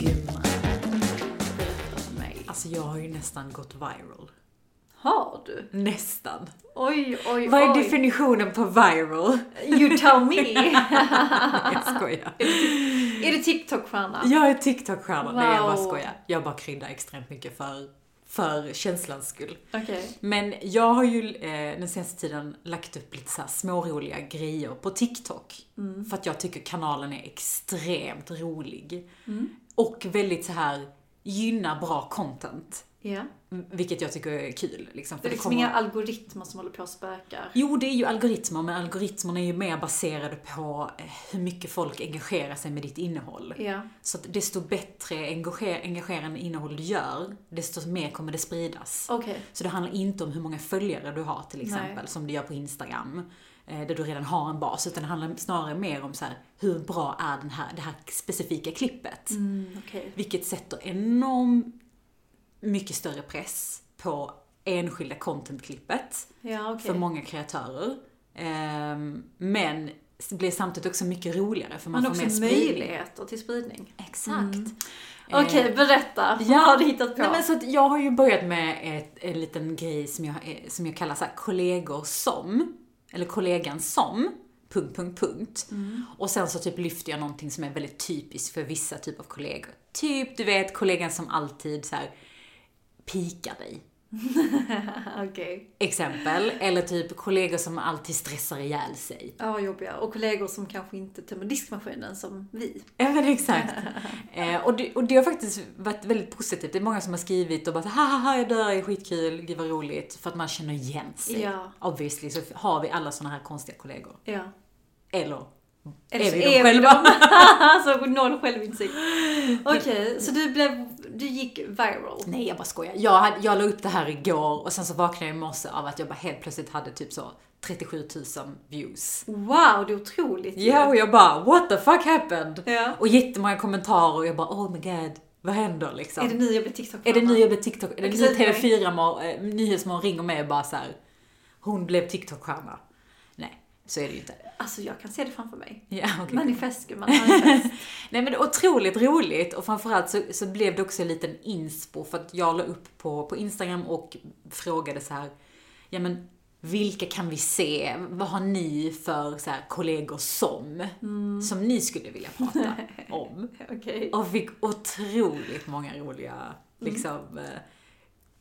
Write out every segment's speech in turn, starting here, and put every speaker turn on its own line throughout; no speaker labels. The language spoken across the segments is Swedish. Gumman. Skit om mig. Alltså jag har ju nästan gått viral.
Har du?
Nästan.
Oj, oj, oj.
Vad är definitionen på viral?
You tell me.
Jag skojar.
är det TikTok-stjärna?
Jag är TikTok-stjärna. Nej, jag bara
Wow.
skojar. Jag bara kryddar extremt mycket för, för känslans skull.
Okej.
Men jag har ju eh, den senaste tiden lagt upp lite så här småroliga grejer på TikTok.
Mm.
För att jag tycker kanalen är extremt rolig.
Mm.
Och väldigt så här gynnar bra content.
Ja.
Vilket jag tycker är kul. Liksom, för
Det är liksom inga algoritmer som håller på och spökar.
Jo, det är ju algoritmer, men algoritmerna är ju mer baserade på eh, hur mycket folk engagerar sig med ditt innehåll.
Ja.
Så att desto bättre engager- engagerande innehåll du gör, desto mer kommer det spridas.
Okej.
Så det handlar inte om hur många följare du har till exempel,
Nej.
som du gör på Instagram, eh, där du redan har en bas, utan det handlar snarare mer om så här, hur bra är den här, det här specifika klippet?
Mm, okej.
Vilket sätter enormt mycket större press på enskilda content-klippet
Ja, okej.
för många kreatörer. Ehm, men det blir samtidigt också mycket roligare för man
Men
får
också
mer spridning. Mm.
möjligheter till spridning.
Exakt. Eh,
Okej, berätta. Vad
Ja.
har du hittat på?
Nej, men så att jag har ju börjat med ett, en liten grej som jag, eh, som jag kallar så här, kollegor som, eller kollegan som, punkt, punkt, punkt.
Mm.
Och sen så typ lyfter jag någonting som är väldigt typiskt för vissa typer av kollegor. Typ, du vet, kollegan som alltid så här pikar dig.
Okej.
Exempel. Eller typ kollegor som alltid stressar ihjäl sig.
Ja, vad jobbiga. Och kollegor som kanske inte tömmer diskmaskinen som vi.
Ja men exakt. Eh, och, det, och det har faktiskt varit väldigt positivt. Det är många som har skrivit och bara så, haha jag dör, är skitkul, gud vad roligt. För att man känner igen sig.
Ja.
Obviously så har vi alla såna här konstiga kollegor.
Ja.
Eller,
Eller
är
så
vi
är
dem
vi
själva?
alltså, noll självinsikt. Okej, så du, blev, du gick viral?
Nej jag bara skojar. Jag, hade, jag la upp det här igår och sen så vaknade jag i morse av att jag bara helt plötsligt hade typ så 37 000 views.
Wow, det är otroligt ju.
Ja och jag bara what the fuck happened?
Ja.
Och jättemånga kommentarer och jag bara oh my god, vad händer liksom?
Är det nu jag blir tiktok
Är det nu jag blev TikTok... Är det nu
Exakt.
TV4 mor- eh, Nyhetsmorgon ringer mig och bara så här. Hon blev TikTok-stjärna. Nej, så är det ju inte.
Alltså jag kan se det framför mig.
Ja, okej.
Manifest gumman, manifest.
Nej men det är otroligt roligt och framförallt så, så blev det också en liten inspo för att jag la upp på, på Instagram och frågade så här, ja men vilka kan vi se? Vad har ni för så här, kollegor som, som ni skulle vilja prata om?
Okej.
Och fick otroligt många roliga liksom, eh,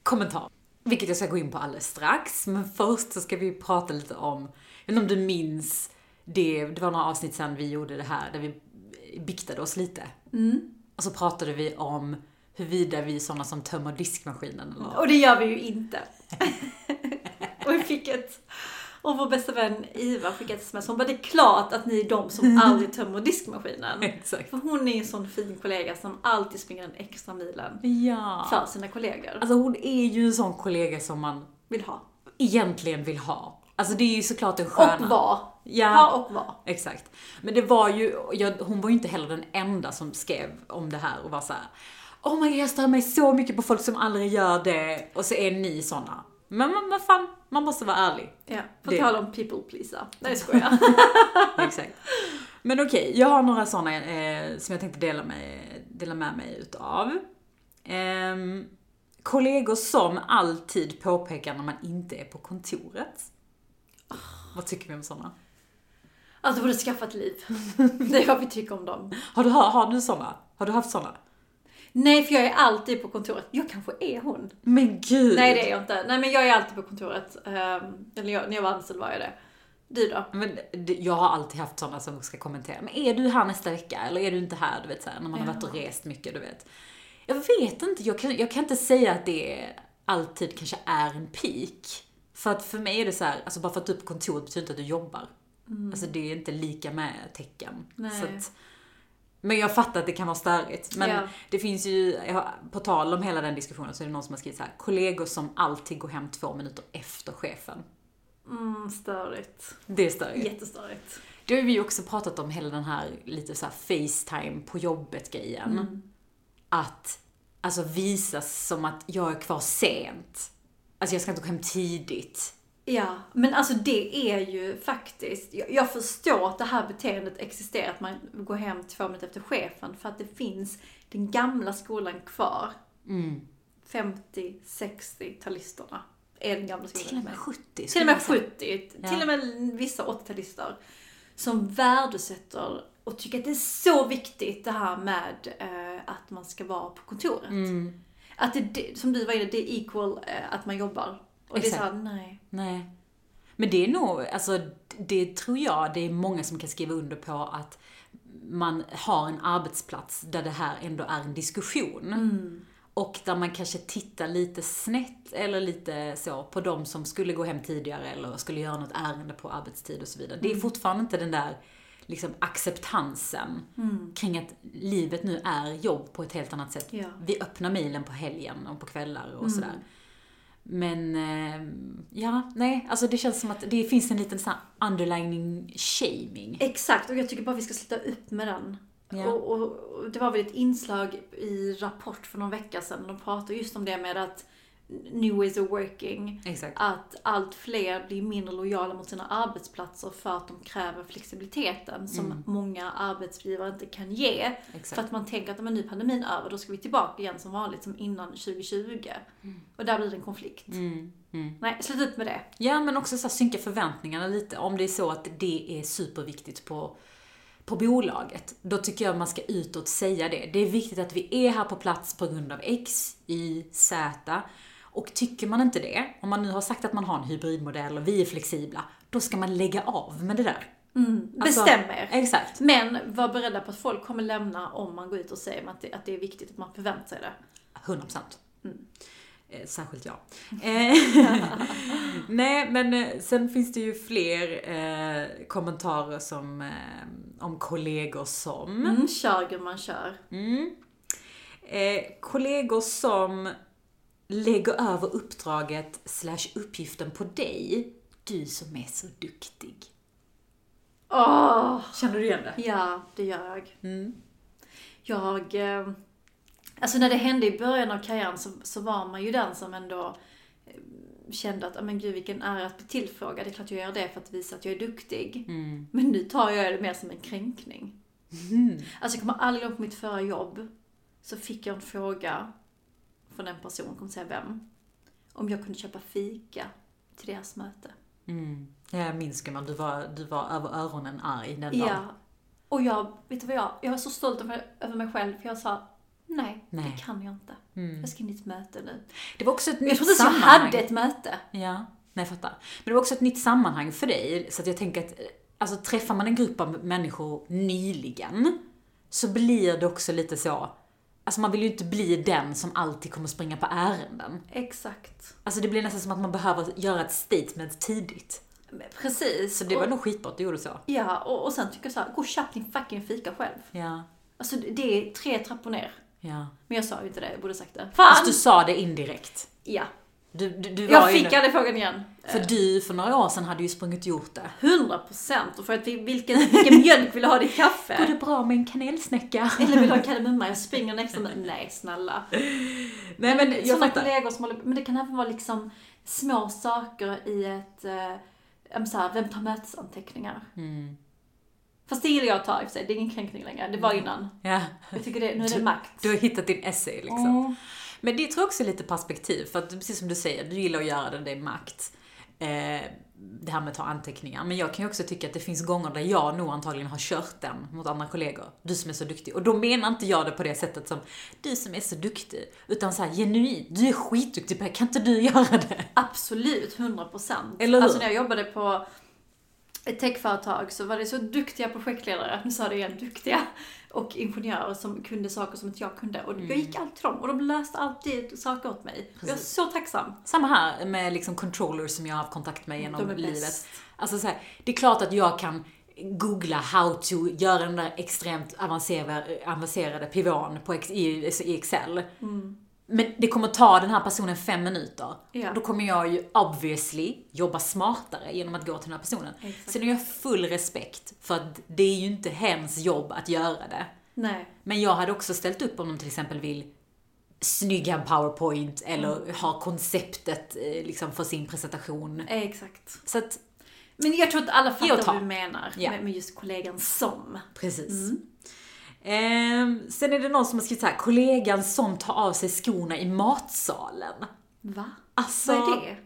kommentarer. Vilket jag ska gå in på alldeles strax. Men först så ska vi prata lite om, jag vet inte om du minns, det, det var några avsnitt sedan vi gjorde det här där vi biktade oss lite. Och så pratade vi om huruvida vi är sådana som tömmer diskmaskinen eller
Och det gör vi ju inte. och vi fick ett... Och vår bästa vän Iva fick ett sms. Hon bara, det är klart att ni är de som aldrig tömmer diskmaskinen.
Exakt.
För hon är ju en sån fin kollega som alltid springer den extra milen
Ja.
för sina kollegor.
Alltså hon är ju en sån kollega som man
Vill ha.
egentligen vill ha. Alltså det är ju såklart en sköna.
Och var.
Ja.
Ha och var.
Exakt. Men det var ju, jag, hon var ju inte heller den enda som skrev om det här och var så här. Oh my god, jag stör mig så mycket på folk som aldrig gör det. Och så är ni såna. Men man- vad fan, man måste vara ärlig.
Ja, på
Det-
tal om people pleaser. Nej, jag skojar.
Exakt. Men okej, jag har några såna eh, som jag tänkte dela med, dela med mig utav. Ehm, kollegor som alltid påpekar när man inte är på kontoret.
Ah.
Vad tycker vi om såna?
Alltså, borde skaffa ett liv. Det är vad vi tycker om dem.
Har du, har, har du såna? Har du haft såna?
Nej, för jag är alltid på kontoret. Jag kanske är hon.
Men gud!
Typ. Nej, det är jag inte. Nej, men jag är alltid på kontoret. Ehm, Eller jag, när jag var anställd var jag det. Du då?
Men det- jag har alltid haft sådana som ska kommentera. Men är du här nästa vecka? Eller är du inte här? Du vet såhär, när man har varit och rest mycket, du vet. Jag vet inte, jag kan, jag kan inte säga att det alltid kanske är en peak. För att för mig är det så här, alltså bara för att du är på kontoret betyder inte att du jobbar. Alltså det är inte lika med tecken.
Mm. Nej.
Så att, men jag fattar att det kan vara störigt. Men
Ja.
det finns ju, jag har- på tal om hela den diskussionen så är det någon som har skrivit så här, kollegor som alltid går hem två minuter efter chefen.
Mm, störigt.
Det är störigt.
Jättestörigt.
Då har vi ju också pratat om hela den här lite så här Facetime på jobbet grejen. Att alltså visas som att jag är kvar sent. Alltså jag ska inte gå hem tidigt.
Ja, men alltså det är ju faktiskt, jag, jag förstår att det här beteendet existerar, att man går hem två minuter efter chefen, för att det finns den gamla skolan kvar. Mm. 50-60-talisterna är den gamla skolan.
Till och med 70.
Till och med 70,
Ja.
till och med vissa 80-talister. Som värdesätter och tycker att det är så viktigt det här med eh, att man ska vara på kontoret.
Mm.
Att det- det, som du var inne det är equal eh, att man jobbar. Och det är
Exakt.
såhär, nej.
Nej. Men det är nog, alltså det tror jag det är många som kan skriva under på att man har en arbetsplats där det här ändå är en diskussion. Och där man kanske tittar lite snett eller lite så på de som skulle gå hem tidigare eller skulle göra något ärende på arbetstid och så vidare. Det är fortfarande inte den där liksom acceptansen kring att livet nu är jobb på ett helt annat sätt.
Ja.
Vi öppnar mailen på helgen och på kvällar och sådär. Men eh, ja, nej, alltså det känns som att det finns en liten sån här underlining shaming.
Exakt, och jag tycker bara vi ska sluta upp med den.
Ja.
Och, och, och det var väl ett inslag i Rapport för någon vecka sedan, de pratade just om det med att new ways of working.
Exakt.
Att allt fler blir mindre lojala mot sina arbetsplatser för att de kräver flexibiliteten som många arbetsgivare inte kan ge. För att man tänker att "Men nu är pandemin över, då ska vi tillbaka igen som vanligt, som innan 2020. Och där blir det en konflikt. Nej, sluta upp med det.
Ja, men också så här, synka förväntningarna lite. Om det är så att det är superviktigt på, på bolaget, då tycker jag man ska utåt säga det. Det är viktigt att vi är här på plats på grund av X, Y, Z. Och tycker man inte det, om man nu har sagt att man har en hybridmodell och vi är flexibla, då ska man lägga av med det där. Alltså,
Mm, Bestäm er!
Exakt.
Men var beredda på att folk kommer lämna om man går ut och säger att det, att det är viktigt att man förväntar sig det.
100 procent. Särskilt jag. Eh, Nej, men eh, sen finns det ju fler eh, kommentarer som, eh, om kollegor som.
Mm, kör gumman, kör.
Eh, kollegor som lägger över uppdraget slash uppgiften på dig. Du som är så duktig.
Åh!
Känner du igen det?
Ja, det gör jag. Jag... eh, Alltså när det hände i början av karriären så, så var man ju den som ändå eh, kände att, "Ah, men gud vilken ära att bli tillfrågad. Det är klart jag gör det för att visa att jag är duktig. Men nu tar jag det mer som en kränkning. Alltså jag kommer aldrig ihåg på mitt förra jobb så fick jag en fråga från en person, jag kommer säga vem, om jag kunde köpa fika till deras möte.
Mm. Jag minns gumman, du var, du var över öronen arg den dagen.
Ja. Och jag, vet du vad jag, jag var så stolt över, över mig själv för jag sa nej,
Nej. Mm.
det kan jag inte. Jag ska in i ett möte nu.
Det var också ett
Jag
nytt
trodde inte ens jag
sammanhang.
hade ett möte.
Ja, nej jag fattar. Men det var också ett nytt sammanhang för dig, så att jag tänker att eh, alltså, träffar man en grupp av människor nyligen så blir det också lite så, alltså man vill ju inte bli den som alltid kommer springa på ärenden.
Exakt.
Alltså det blir nästan som att man behöver göra ett statement tidigt.
Men Precis.
Så det var
och,
nog skitbra att du gjorde så.
ja, och, och sen tycker jag så här, gå och köp din fucking fika själv.
Ja,
Alltså det- det är tre trappor ner.
ja.
Men jag sa ju inte det, jag borde sagt det. Fan!
Fast du sa det indirekt.
Ja.
Du, du, du var
Jag
ju
fick aldrig frågan igen.
För du för några år sedan hade ju sprungit och gjort det.
100% och för att vi- vilken, vilken mjölk vill du ha i ditt
Går
kaffe?
det bra med en kanelsnäcka?
Eller vill du ha kardemumma? Jag springer en extra mil. Nej, snälla.
Nej men jag
Sådana
fattar.
kollegor som håller Men det kan även vara liksom små saker i ett... Eh, ja, men så här, vem tar mötesanteckningar?
Mm.
Fast det gillar jag att ta i och för sig. Det är ingen kränkning längre. Det var innan.
Ja.
Jag tycker det, nu är det makt.
Mm. Du har hittat din essay liksom. Men det tror jag också är lite perspektiv, för att precis som du säger, du gillar att göra det, det är makt. Eh, det här med att ta anteckningar. Men jag kan ju också tycka att det finns gånger där jag nog antagligen har kört den mot andra kollegor. Du som är så duktig. Och då menar inte jag det på det sättet som du som är så duktig. Utan så här genuint, du är skitduktig på det, kan inte du göra det?
Absolut, 100%.
Eller hur?
Alltså när jag jobbade på ett techföretag så var det så duktiga projektledare, nu sa jag det igen, duktiga och ingenjörer som kunde saker som inte jag kunde. Och jag gick alltid till dem och de löste alltid saker åt mig. Och Jag är
Mm. Precis.
så tacksam.
Samma här med liksom controllers som jag har haft kontakt med genom
De är bäst.
livet. Alltså så här, det är klart att jag kan googla how to göra den där extremt avancerade, avancerade pivån på, ex- i, i Excel. Men det kommer ta den här personen fem minuter.
Mm. Ja.
Då kommer jag ju obviously jobba smartare genom att gå till den här personen.
Exakt.
Sen har jag full respekt för att det är ju inte hens jobb att göra det.
Nej.
Men jag hade också ställt upp om de till exempel vill snygga en powerpoint eller
Mm.
ha konceptet eh, liksom, för sin presentation.
Eh, Exakt.
Så att,
Men jag tror att alla
Ge och
fattar
ta.
vad du menar
Ja.
med, med just kollegan som.
precis.
Mm.
Ehm, sen är det någon som har skrivit så här, kollegan som tar av sig skorna i matsalen.
Va?
Alltså,
Vad är det?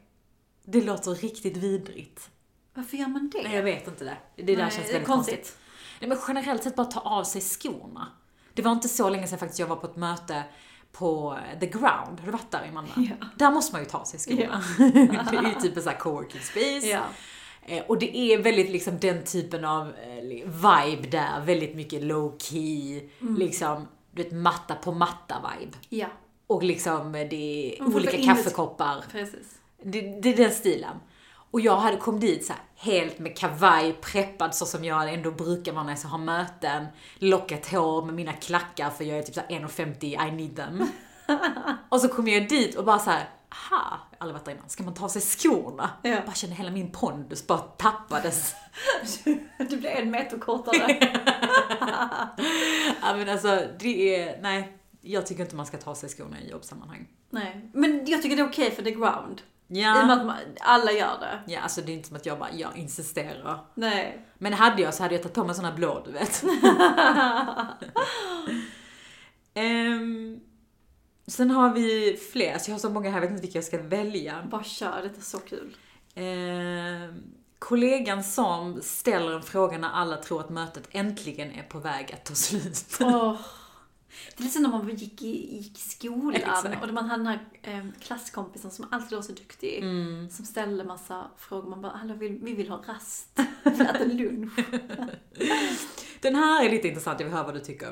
det låter riktigt vidrigt.
Varför gör man det?
Nej, jag vet inte det. Det där
Nej,
känns
det är
väldigt konstigt. Nej, men generellt sett bara ta av sig skorna. Det var inte så länge sedan faktiskt jag var på ett möte på the ground. Har du varit där i Malmö?
Ja.
Där måste man ju ta av sig skorna. det är ju typ en sån här co-working space.
Ja.
Eh, Och det är väldigt liksom den typen av eh, vibe där. Väldigt mycket low key. Liksom, du vet matta på matta vibe.
Ja,
Och liksom eh, det är
Man får ta
olika
in ett-
kaffekoppar.
precis.
Det, det är den stilen. Och jag hade kommit dit så här, helt med kavaj, preppad så som jag ändå brukar vara när jag har möten. Lockat hår med mina klackar för jag är typ så här 1,50, I need them. och så kom jag dit och bara så här, aha, jag har aldrig varit där innan. Ska man ta av sig skorna?
Ja.
Jag bara kände hela min pondus bara tappades.
Du blev en meter kortare.
ja men alltså det är, nej. Jag tycker inte man ska ta av sig skorna i jobbsammanhang.
Nej. Men jag tycker det är okej för the ground. I och med
Ja.
att man, alla gör det.
ja, alltså det är inte som att jag bara, jag insisterar.
Nej.
Men hade jag så hade jag tagit på mig såna blå, du vet. Ehm, sen har vi fler, så jag har så många här, jag vet inte vilka jag ska välja.
Bara kör, det är så kul.
Ehm, kollegan som ställer en fråga när alla tror att mötet äntligen är på väg att ta slut.
Åh. Det är lite som när man gick i, gick i skolan
Exakt.
och då man hade den här eh, klasskompisen som alltid var så duktig.
Mm.
Som ställde massa frågor. Man bara, hallå vi, vi vill ha rast. Vi vill äta lunch.
Den här är lite intressant, jag vill höra vad du tycker.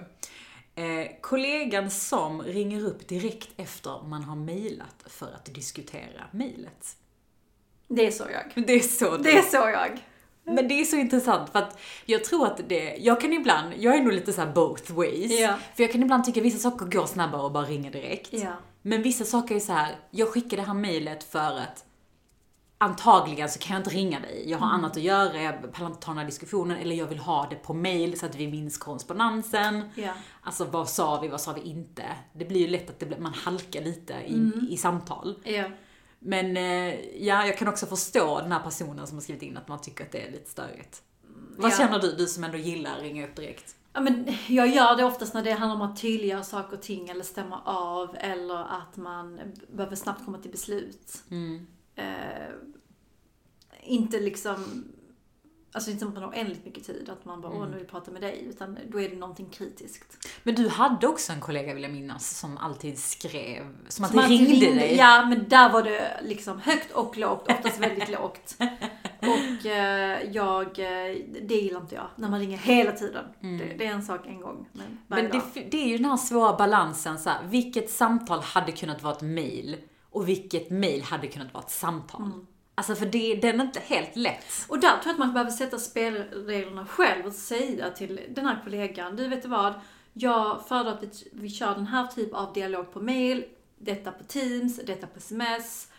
Eh, kollegan som ringer upp direkt efter man har mejlat för att diskutera mejlet.
Det är så jag.
Men Det är så
Det är så jag.
Men det är så intressant för att jag tror att det, jag kan ibland, jag är nog lite såhär both ways.
Ja.
För jag kan ibland tycka vissa saker går snabbare och bara ringer direkt.
Ja.
Men vissa saker är så här. jag skickar det här mejlet för att antagligen så kan jag inte ringa dig. Jag har
Mm.
annat att göra, jag pallar inte ta den här diskussionen. Eller jag vill ha det på mejl så att vi minns korrespondensen.
Ja.
Alltså vad sa vi, vad sa vi inte? Det blir ju lätt att det, blir- man halkar lite i,
Mm.
i samtal.
Ja.
Men eh, ja, jag kan också förstå den här personen som har skrivit in att man tycker att det är lite störigt. Vad
ja.
känner du, du som ändå gillar ringa upp direkt?
Ja, men jag gör det oftast när det handlar om att tydliggöra saker och ting eller stämma av eller att man behöver snabbt komma till beslut.
Mm.
Eh, inte liksom, alltså inte som att man har oändligt mycket tid, att man bara
Mm.
åh nu vill jag prata med dig, utan då är det någonting kritiskt.
Men du hade också en kollega vill jag minnas som alltid skrev, som
Som
alltid
att
ringde,
ringde-
dig.
Ja, men där var det liksom högt och lågt, oftast väldigt lågt. Och eh, jag, eh, det gillar inte jag, när man ringer hela tiden. Det, det är en sak en gång, men varje
Mm. Men det,
dag.
det är ju den här svåra balansen så här, vilket samtal hade kunnat vara ett mail och vilket mail hade kunnat vara ett samtal? Alltså för det, den är inte helt lätt.
Och där tror jag att man behöver sätta spelreglerna själv och säga till den här kollegan, du vet du vad, jag föredrar att vi, vi kör den här typ av dialog på mail, detta på Teams, detta på sms.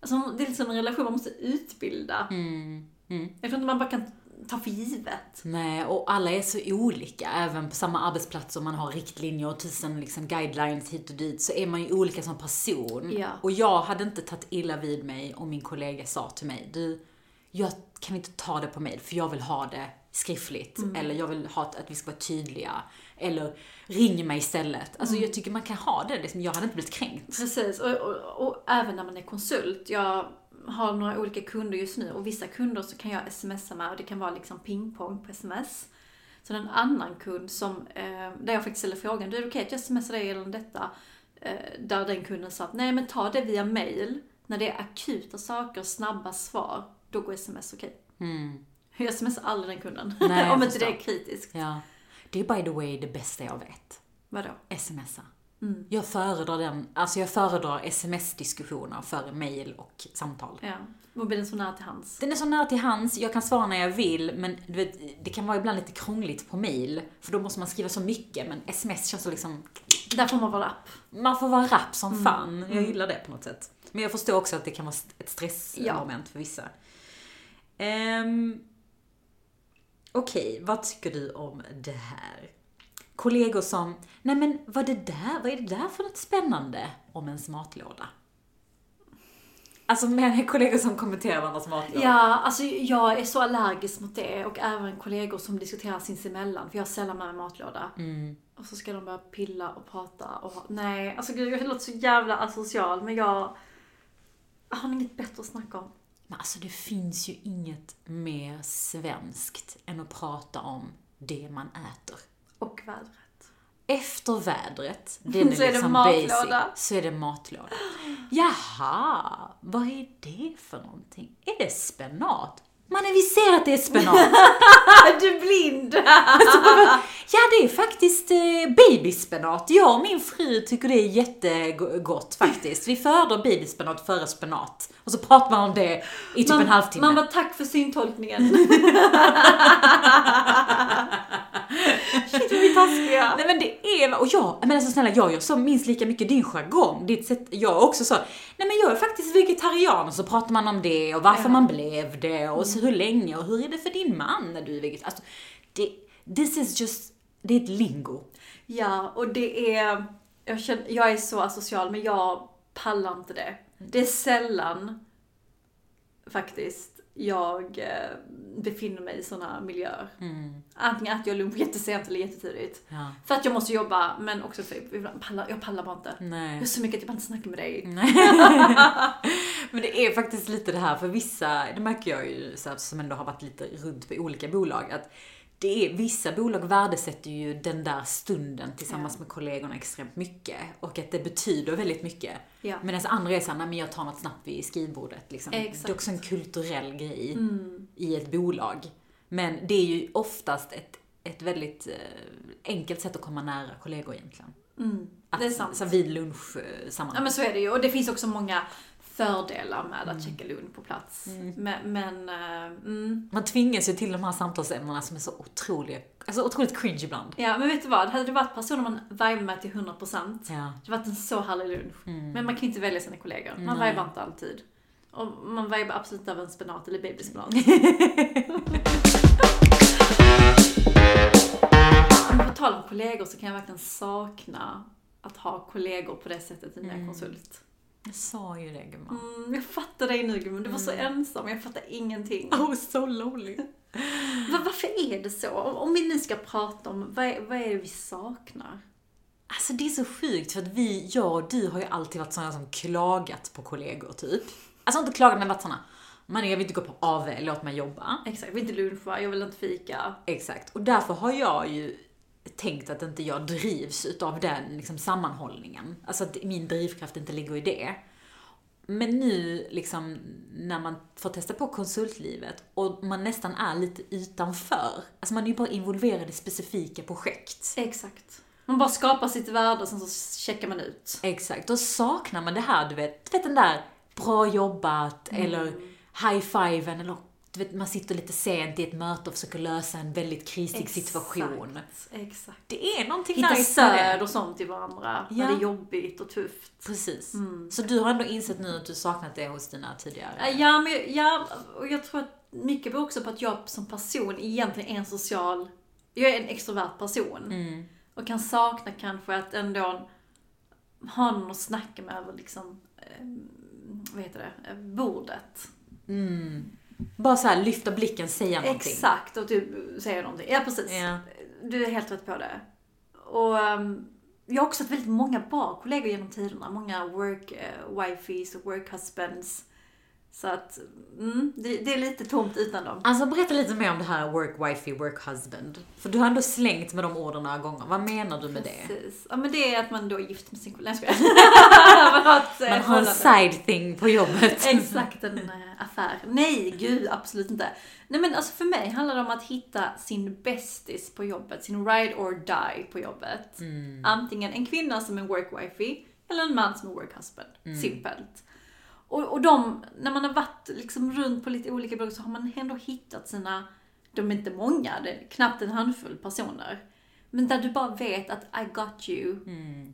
Alltså, det är liksom en relation man måste utbilda.
Mm,
Jag tror inte man bara kan ta för givet.
Nej, och alla är så olika. Även på samma arbetsplats om man har riktlinjer och tusen liksom guidelines hit och dit så är man ju olika som person.
Ja.
Och jag hade inte tagit illa vid mig om min kollega sa till mig, du, jag kan inte ta det på mail för jag vill ha det skriftligt. Eller jag vill ha att vi ska vara tydliga. Eller ring mig istället. Alltså jag tycker man kan ha det. Liksom. Jag hade inte blivit kränkt.
Precis, och, och, och även när man är konsult. Jag har några olika kunder just nu och vissa kunder så kan jag smsa med och det kan vara liksom pingpong på sms. Sen en annan kund som, eh, där jag faktiskt ställer frågan, du är det okej att jag smsar dig gällande detta? Eh, där den kunden sa att nej men ta det via mail. När det är akuta saker, snabba svar, då går sms okej. Jag smsar aldrig den kunden.
Mm. Nej, jag
Om inte det
förstår.
är kritiskt.
Ja. Det är by the way det bästa jag vet.
Vadå?
Smsa. Jag föredrar den, alltså jag föredrar sms-diskussioner före mail och samtal.
Ja. Mobilen så nära till hans.
Den är så nära till hans, jag kan svara när jag vill, men du vet, det kan vara ibland lite krångligt på mail, för då måste man skriva så mycket, men sms känns så liksom,
Där får man vara app.
man får vara rapp som fan. Jag gillar det på något sätt. Men jag förstår också att det kan vara ett stressmoment för vissa. Ehm, Okej, vad tycker du om det här? Kollegor som, nej men vad, det där, vad är det där för något spännande om ens matlåda? Alltså med kollegor som kommenterar varandras matlåda.
Ja, alltså jag är så allergisk mot det och även kollegor som diskuterar sinsemellan för jag har sällan med mig matlåda. Och så ska de börja pilla och prata och ha- nej, alltså gud jag låter så jävla asocial men jag jag har inget bättre att snacka om.
Men alltså det finns ju inget mer svenskt än att prata om det man äter.
Och vädret.
Efter vädret, den är,
Så är det
liksom
matlåda.
basic, så är det matlåda. Jaha, vad är det för någonting? Är det spenat? Mannen, vi ser att det är spenat!
Ah, du är blind!
Ja, det är faktiskt eh, babyspenat. Jag och min fru tycker det är jättegott faktiskt. Vi föredrar babyspenat före spenat. Och så pratar man om det i typ en halvtimme.
Mamma, tack för syntolkningen. Shit, vi är taskiga.
Nej men det är, och jag, men alltså snälla jag gör så minst lika mycket din jargong, ditt sätt, jag är också så, nej men jag är faktiskt vegetarian och så pratar man om det och varför man blev det och så hur länge och hur är det för din man när du är vegetarian? Alltså, det, this is just, det är ett lingo.
Ja, och det är... Jag, känner, jag är så asocial, men jag pallar inte det. Det är sällan, faktiskt, jag eh, befinner mig i såna miljöer. Antingen äter jag lunch jättesent eller jättetidigt.
Ja.
För att jag måste jobba, men också för ibland pallar, jag pallar bara inte. Jag har
Nej.
så mycket att jag bara inte snackar med dig.
Men det är faktiskt lite det här för vissa, det märker jag ju så här, som ändå har varit lite runt på olika bolag, att det är, vissa bolag värdesätter ju den där stunden tillsammans med kollegorna extremt mycket och att det betyder väldigt mycket.
Ja.
Medan andra är såhär, nej men jag tar något snabbt vid skrivbordet. Liksom.
Exakt. Mm.
Det är också en kulturell grej i ett bolag. Men det är ju oftast ett, ett väldigt eh, enkelt sätt att komma nära kollegor egentligen. Att,
mm. det är sant.
Så vid eh, lunchsammanhang.
Ja men så är det ju. Och det finns också många fördelar med att checka lunch på plats. Men, men eh, mm.
Man tvingas ju till de här samtalsämnena som är så otroliga, alltså otroligt cringe ibland.
ja, men vet du vad? Hade det varit personer man vibar med till 100%
Ja.
Det har varit en så härlig lunch. Men man kan ju inte välja sina kollegor. Man vibar inte alltid. Och man vibar absolut inte av en spenat eller babyspenat. Men på tal om kollegor så kan jag verkligen sakna att ha kollegor på det sättet i när jag är konsult.
Jag sa ju det gumman.
Mm, jag fattar dig nu gumman, du var så ensam. Jag fattar ingenting.
Oh, so lonely.
Va- varför är det så? Om, om vi nu ska prata om, vad är, vad är det vi saknar?
Alltså det är så sjukt för att vi, jag och du har ju alltid varit sådana som klagat på kollegor typ. Alltså inte klagat men varit sådana, man jag vill inte gå på AV, låt mig jobba.
Exakt, vi vill inte luncha, jag vill inte fika.
Exakt, och därför har jag ju tänkt att inte jag drivs utav den liksom, sammanhållningen. Alltså att min drivkraft inte ligger i det. Men nu liksom när man får testa på konsultlivet och man nästan är lite utanför. Alltså man är ju bara involverad i specifika projekt.
Exakt. Man bara skapar sitt värde och sen så checkar man ut.
Exakt, då saknar man det här du vet, du vet den där bra jobbat
Mm.
eller high-fiven eller du vet man sitter lite sent i ett möte och försöker lösa en väldigt krisig situation.
Exakt, Exakt.
Det är någonting
Hitta
nice med det.
stöd och sånt till varandra
Ja.
när det är jobbigt och tufft.
Precis.
Mm.
Så du har ändå insett nu att du saknat det hos dina tidigare...
Äh, Ja, men ja, och jag tror att mycket beror också på att jag som person egentligen är en social... Jag är en extrovert person.
Mm.
Och kan sakna kanske att ändå ha någon att snacka med över liksom, eh, vad heter det, Eh, bordet.
Bara så här, lyfta blicken, säga någonting.
Exakt, och typ säga någonting. Ja, precis.
Ja.
Du är helt rätt på det. Och ehm, jag har också haft väldigt många bra kollegor genom tiderna. Många work eh, wifeys och work husbands. Så att, mm, det, det är lite tomt utan dem.
Alltså berätta lite mer om det här work wifey, work husband. För du har ändå slängt med de orden några gånger. Vad menar du med det?
Precis. Ja men det är att man då är gift med sin kollega. Nej jag skojar. Man har ett, eh,
Man har en
förhållande.
side thing på jobbet.
Exakt en eh, affär. Nej, gud absolut inte. Nej men alltså för mig handlar det om att hitta sin bästis på jobbet. Sin ride or die på jobbet. Antingen en kvinna som är work wifey eller en man som är work husband. Simpelt. Och, och de, när man har varit liksom runt på lite olika bolag så har man ändå hittat sina, de är inte många, det är knappt en handfull personer. Men där du bara vet att I got you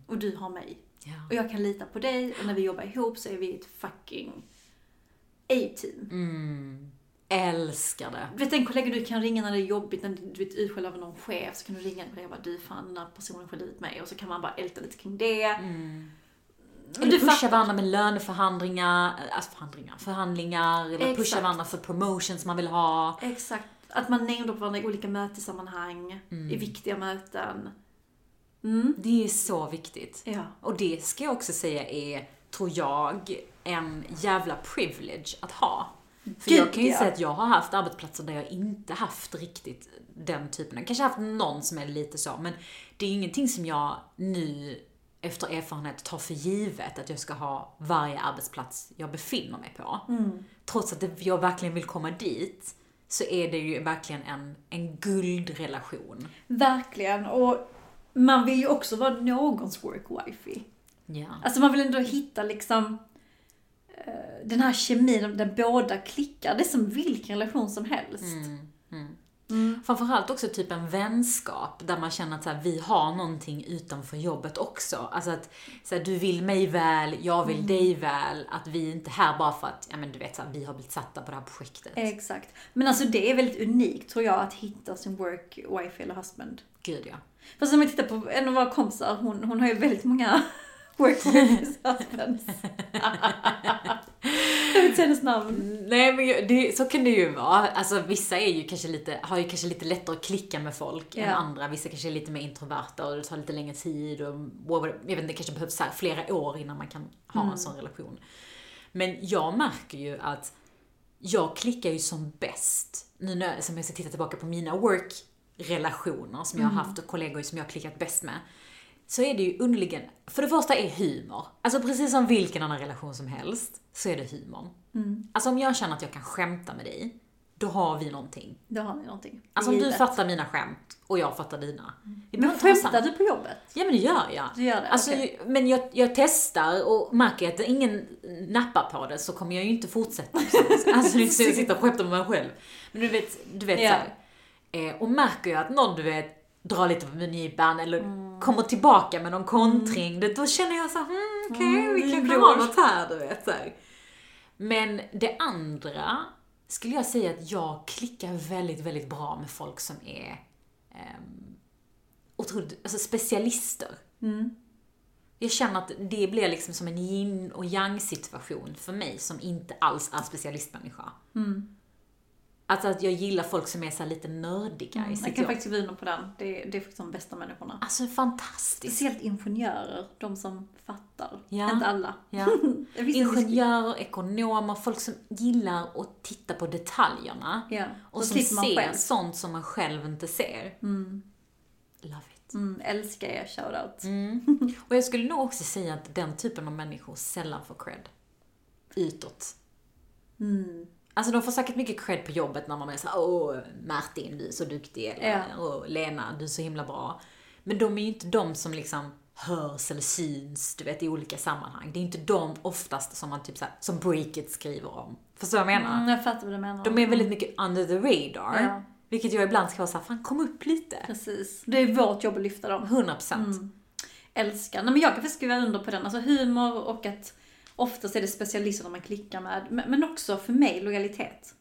och du har mig.
Ja.
Och jag kan lita på dig och när vi jobbar ihop så är vi ett fucking A-team.
Mm. Älskar det.
Du vet en kollega du kan ringa när det är jobbigt, när du är utskälld av någon chef, så kan du ringa en kollega och bara du fan den här personen skällde ut mig och så kan man bara älta lite kring det. Och
Mm. Eller
du
pusha
fattar.
varandra med löneförhandlingar, eh, alltså förhandlingar, förhandlingar eller pusha
Exakt.
varandra för promotions man vill ha.
Exakt. Att man nämner varandra i olika mötessammanhang,
Mm.
i viktiga möten.
Det är så viktigt.
Ja.
Och det ska jag också säga är, tror jag, en jävla privilege att ha. För
Gud,
jag kan ju
ja.
säga att jag har haft arbetsplatser där jag inte haft riktigt den typen. Jag kanske haft någon som är lite så, men det är ingenting som jag nu efter erfarenhet tar för givet att jag ska ha varje arbetsplats jag befinner mig på.
Mm.
Trots att det- jag verkligen vill komma dit så är det ju verkligen en, en guldrelation.
Verkligen. Och man vill ju också vara någons work-wifey.
Ja.
Alltså man vill ändå hitta liksom eh, den här kemin där båda klickar. Det är som vilken relation som helst.
Mm. Framförallt också typ en vänskap där man känner att så här, vi har någonting utanför jobbet också. Alltså att så här, du vill mig väl, jag vill dig väl. Att vi inte är här bara för att, ja men du vet så här, vi har blivit satta på det här projektet.
Exakt. Men alltså det är väldigt unikt tror jag att hitta sin work wife eller husband.
Gud ja.
Fast om vi tittar på en av våra kompisar, hon, hon har ju väldigt många work wifes husbands. jag vet inte hennes namn.
Nej men jag- det, så kan det ju vara. Alltså vissa är ju kanske lite, har ju kanske lite lättare att klicka med folk än
Ja.
andra. Vissa kanske är lite mer introverta och det tar lite längre tid och och jag vet inte, det kanske behövs så här flera år innan man kan ha en sån relation. Men jag märker ju att jag klickar ju som bäst, nu när jag, som jag ska titta tillbaka på mina work-relationer som jag har haft och kollegor som jag har klickat bäst med, så är det ju underligen, för det första är humor. Alltså precis som vilken annan relation som helst, så är det humorn. Alltså om jag känner att jag kan skämta med dig, då har vi någonting.
Då har ni någonting.
Alltså om du
Givet.
fattar mina skämt och jag fattar dina. Vi
Mm. Men
behöver inte ha
skämtar du på jobbet?
Ja men det gör jag.
Du gör det,
alltså,
okej.
ju- Men jag, jag testar och märker jag att ingen nappar på det så kommer jag ju inte fortsätta. alltså det är inte så att jag sitter och skämtar med mig själv. Men du vet, du vet
Ja.
såhär. Eh, och märker jag att någon du vet drar lite på mungipan eller
Mm.
kommer tillbaka med någon kontring, det- då känner jag såhär, hmm, okej vi
Mm, det är
kanske
bra.
har något här du vet. Så här. Men det andra skulle jag säga att jag klickar väldigt, väldigt bra med folk som är ehm, otroligt, alltså specialister.
Mm.
Jag känner att det blir liksom som en yin och yang situation för mig som inte alls är specialistmänniska. Mm. Alltså att jag gillar folk som är så här lite nördiga i
Jag
sitt
Mm, kan
jobb.
faktiskt gå in på den. Det, är- det är faktiskt de bästa människorna.
Alltså fantastiskt.
Speciellt ingenjörer, de som fattar.
Ja.
Inte alla.
Ja.
Jag visste att vi skulle-
Ingenjörer, ekonomer, folk som gillar att titta på detaljerna.
Ja,
Och
så
som
slipper man
ser
själv.
sånt som man själv inte ser. Love it.
Mm, älskar er, shoutout.
Mm. Och jag skulle nog också säga att den typen av människor sällan får cred. Utåt.
Mm.
Alltså de får säkert mycket cred på jobbet när man är såhär åh Martin du är så duktig eller
Ja.
åh Lena du är så himla bra. Men de är ju inte de som liksom hörs eller syns du vet i olika sammanhang. Det är inte de oftast som man typ såhär, som Breakit skriver om. Förstår du vad jag menar?
Mm, jag fattar vad du menar.
De är väldigt mycket under the radar.
Ja.
Vilket jag ibland ska vara såhär, fan kom upp lite.
Precis. Det är vårt jobb att lyfta dem.
100%.
Mm. Älskar. Nej, men jag kan faktiskt skriva under på den. Alltså humor och att oftast är det specialisterna man klickar med. Men, men också för mig, lojalitet.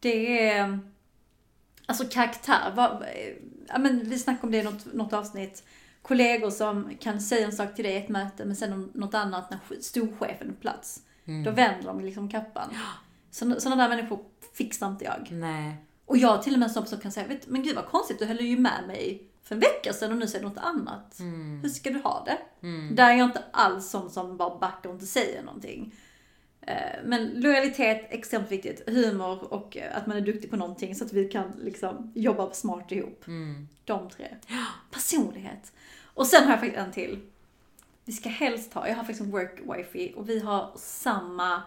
Det är... Alltså karaktär. Vad, ja, men vi snackade om det i något, något avsnitt. Kollegor som kan säga en sak till dig i ett möte men sen om något annat när ch- storchefen är på plats. Då vänder de liksom kappan. Så, sådana där människor fixar inte jag.
Nej.
Och jag har till och med en sån person som kan säga, vet, men gud vad konstigt, du höll ju med mig för en vecka sedan och nu säger du något annat. Hur ska du ha det? Där är jag inte alls sån som bara backar och inte säger någonting. Eh, Men lojalitet, extremt viktigt. Humor och eh, att man är duktig på någonting så att vi kan liksom jobba smart ihop. De tre. Personlighet. Och sen har jag faktiskt en till. Vi ska helst ha, jag har faktiskt en work wifi och vi har samma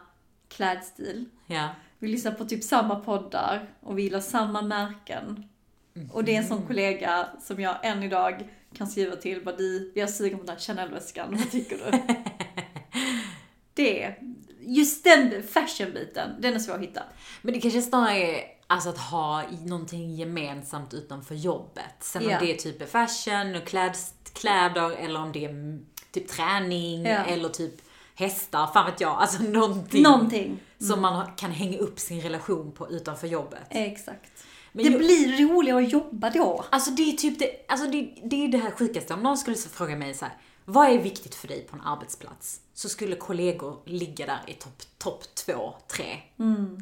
klädstil.
Ja.
Vi lyssnar på typ samma poddar och vi gillar samma märken. Och det är en sån kollega som jag än idag kan skriva till. Bara, "Di, jag är sugen på den här Chanel-väskan, vad tycker du? det, just den fashion-biten, den är svår att hitta.
Men det kanske snarare är alltså att ha i- någonting gemensamt utanför jobbet. Sen
Ja.
om det är typ är fashion och kläds, kläder eller om det är mm, typ träning
Ja.
eller typ hästar, fan vet jag. Alltså någonting,
Någonting.
som man har- kan hänga upp sin relation på utanför jobbet.
Exakt.
Men
det
ju-
blir roligare att jobba då.
Alltså det är typ det, alltså det, det är det här sjukaste. Om någon skulle så fråga mig så här, vad är viktigt för dig på en arbetsplats? Så skulle kollegor ligga där i topp top två, tre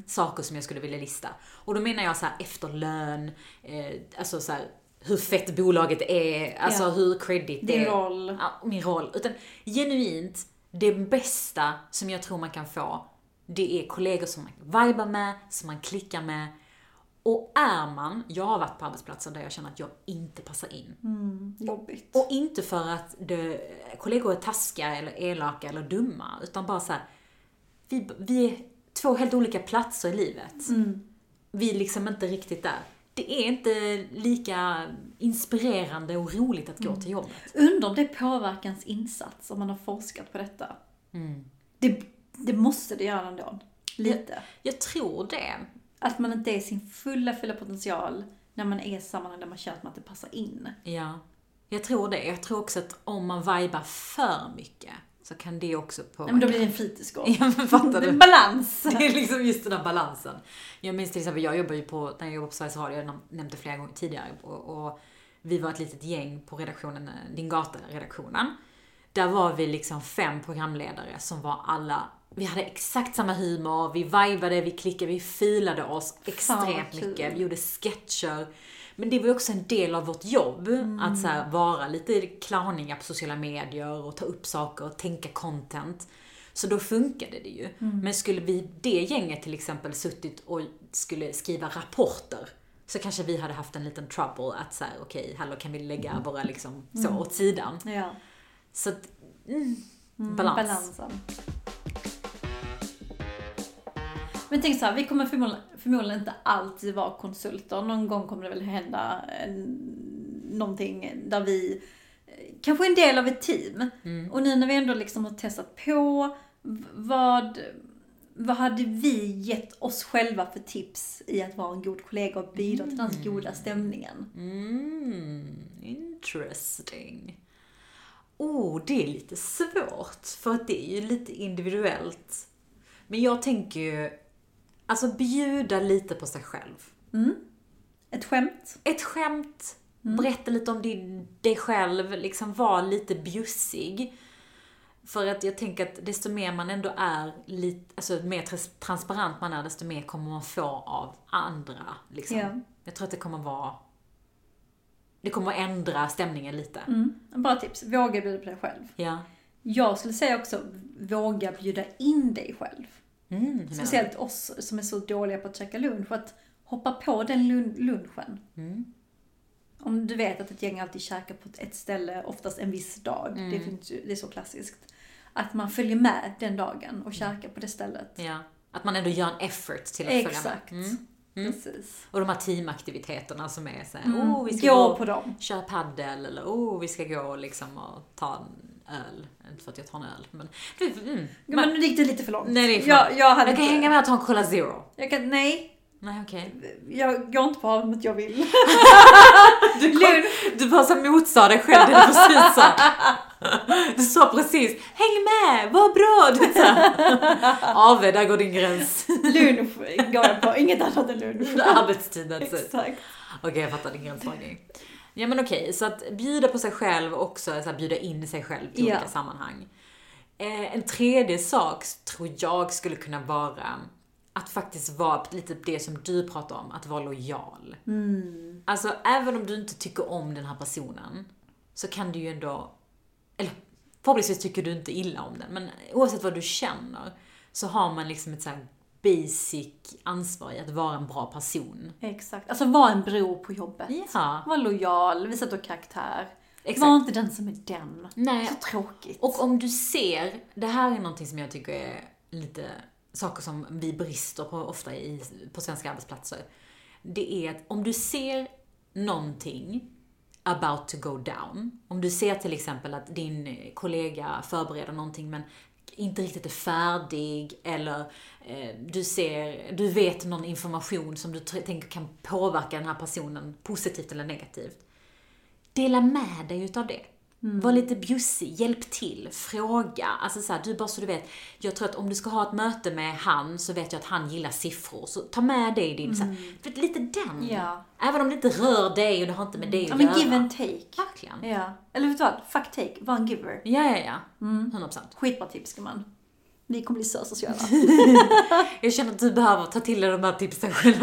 saker som jag skulle vilja lista. Och då menar jag så här efter lön, eh, alltså så här, hur fett bolaget är, alltså
Ja.
hur credit
Din
är.
roll.
Ja, min roll. Utan genuint, det bästa som jag tror man kan få, det är kollegor som man vibar med, som man klickar med. Och är man, jag har varit på arbetsplatser där jag känner att jag inte passar in.
Jobbigt.
Och inte för att det, kollegor är taskiga eller elaka eller dumma, utan bara så här, vi, vi är två helt olika platser i livet. Vi är liksom inte riktigt där. Det är inte lika inspirerande och roligt att gå till jobbet.
Undrar om det påverkar ens insats om man har forskat på detta. Det, det måste det göra ändå. Lite.
Jag tror det.
Att man inte är sin fulla, fulla potential när man är i sammanhang där man känner att man inte passar in.
Ja. Jag tror det. Jag tror också att om man vibar för mycket så kan det också
Nej men då
påverka.
blir det en fritidsgård.
Ja, men fattar
Det är
du?
en balans!
Det är liksom just den där balansen. Jag minns till exempel, jag jobbar ju på, när jag jobbar på Sveriges Radio, jag nämnde det flera gånger tidigare, och, och vi var ett litet gäng på redaktionen, eh, Din Gata-redaktionen. Där var vi liksom fem programledare som var alla, vi hade exakt samma humor, vi vibade, vi klickade, vi filade oss
Fan, vad
extremt
kul.
mycket, vi gjorde sketcher. Men det var ju också en del av vårt jobb,
Mm.
att så här, vara lite clowningar på sociala medier och ta upp saker och tänka content. Så då funkade det ju.
Mm.
Men skulle vi, det gänget till exempel, suttit och skulle skriva rapporter, så kanske vi hade haft en liten trouble att så här, okej, hallå kan vi
Mm.
lägga våra liksom så åt sidan?
Ja,
Så att, mm, balans.
balansen. Men tänk så här, vi kommer förmodligen, förmodligen inte alltid vara konsulter. Någon gång kommer det väl hända eh, någonting där vi eh, kanske är en del av ett team. Och nu när vi ändå liksom har testat på, v- vad, vad hade vi gett oss själva för tips i att vara en god kollega och bidra till den här goda stämningen?
Mm, interesting. Oh, det är lite svårt, för att det är ju lite individuellt. Men jag tänker ju, alltså bjuda lite på sig själv.
Ett skämt?
ett skämt,
Mm.
berätta lite om din, dig själv, liksom var lite bjussig. För att jag tänker att desto mer man ändå är, lite, alltså mer tras- transparent man är, desto mer kommer man få av andra. Liksom.
Ja.
Jag tror att det kommer vara, det kommer ändra stämningen lite.
Mm. Bra tips. Våga bjuda på dig själv.
Ja.
Jag skulle säga också, våga bjuda in dig själv.
Mm, hur menar
Speciellt oss som är så dåliga på att käka lunch. Att hoppa på den lun- lunchen.
Mm.
Om du vet att ett gäng alltid käkar på ett ställe, oftast en viss dag. Det,
Mm.
finns ju, det är så klassiskt. Att man följer med den dagen och käkar på det stället.
du? ja. Mm. Att man ändå gör en effort till att följa med. Mm.
Exakt. Precis.
Och de här teamaktiviteterna som är såhär, oh vi ska
Mm. Gå
gå
på dem.
köra paddel eller oh, vi ska gå och liksom och ta en öl. Inte för att jag tar en öl, men... Mm.
Ja, Men nu gick det lite för långt.
Nej, det är för
jag, jag hade
Jag kan
inte-
hänga med och ta en Cola Zero.
Jag kan, nej,
Nej, okej.
jag går inte på havet mot jag vill.
Du, kom- du bara så motsade dig själv, det du precis sa. Du sa precis, häng med, vad bra! Du så här. Ave, där går din gräns.
Lunch går jag på, inget annat än lunch.
Arbetstiden typ. ser ut.
Exakt.
Okej, jag fattar din gränsdragning. Ja men okej, så att bjuda på sig själv och också så här, bjuda in sig själv till
Ja.
olika sammanhang. Eh, en tredje sak s- tror jag skulle kunna vara att faktiskt vara p- lite det som du pratar om, att vara lojal.
Mm.
Alltså även om du inte tycker om den här personen så kan du ju ändå, eller förhoppningsvis tycker du inte illa om den, men oavsett vad du känner så har man liksom ett så här basic ansvar i att vara en bra person.
Exakt. Alltså var en bror på jobbet.
Ja,
Var lojal, visa då karaktär.
exakt.
Var inte den som är den.
Nej,
Så tråkigt.
Och om du ser, det här är någonting som jag tycker är lite saker som vi brister på ofta i, på svenska arbetsplatser. Det är att om du ser någonting about to go down, om du ser till exempel att din kollega förbereder någonting men inte riktigt är färdig eller eh, du ser, du vet någon information som du tr- tänker kan påverka den här personen positivt eller negativt. Dela med dig utav det.
Mm.
Var lite bjussig, hjälp till, fråga. Alltså så här, du bara så du vet. Jag tror att om du ska ha ett möte med han så vet jag att han gillar siffror. Så ta med det i din... Så här, för att lite den.
Mm. Ja.
Även om det inte rör dig och det har inte med dig att
Ja
göra.
men give and take.
Verkligen.
Ja. Eller vet du vad? Fuck take. Var en giver.
Ja, ja, ja.
Mm.
100%.
Skitbra tips gumman. Vi kommer bli så sociala.
Jag känner att du behöver ta till dig de här tipsen själv.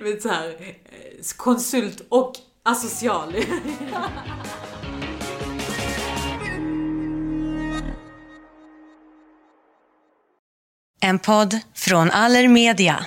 Men så här, eh, konsult och asocial.
En podd från Allermedia.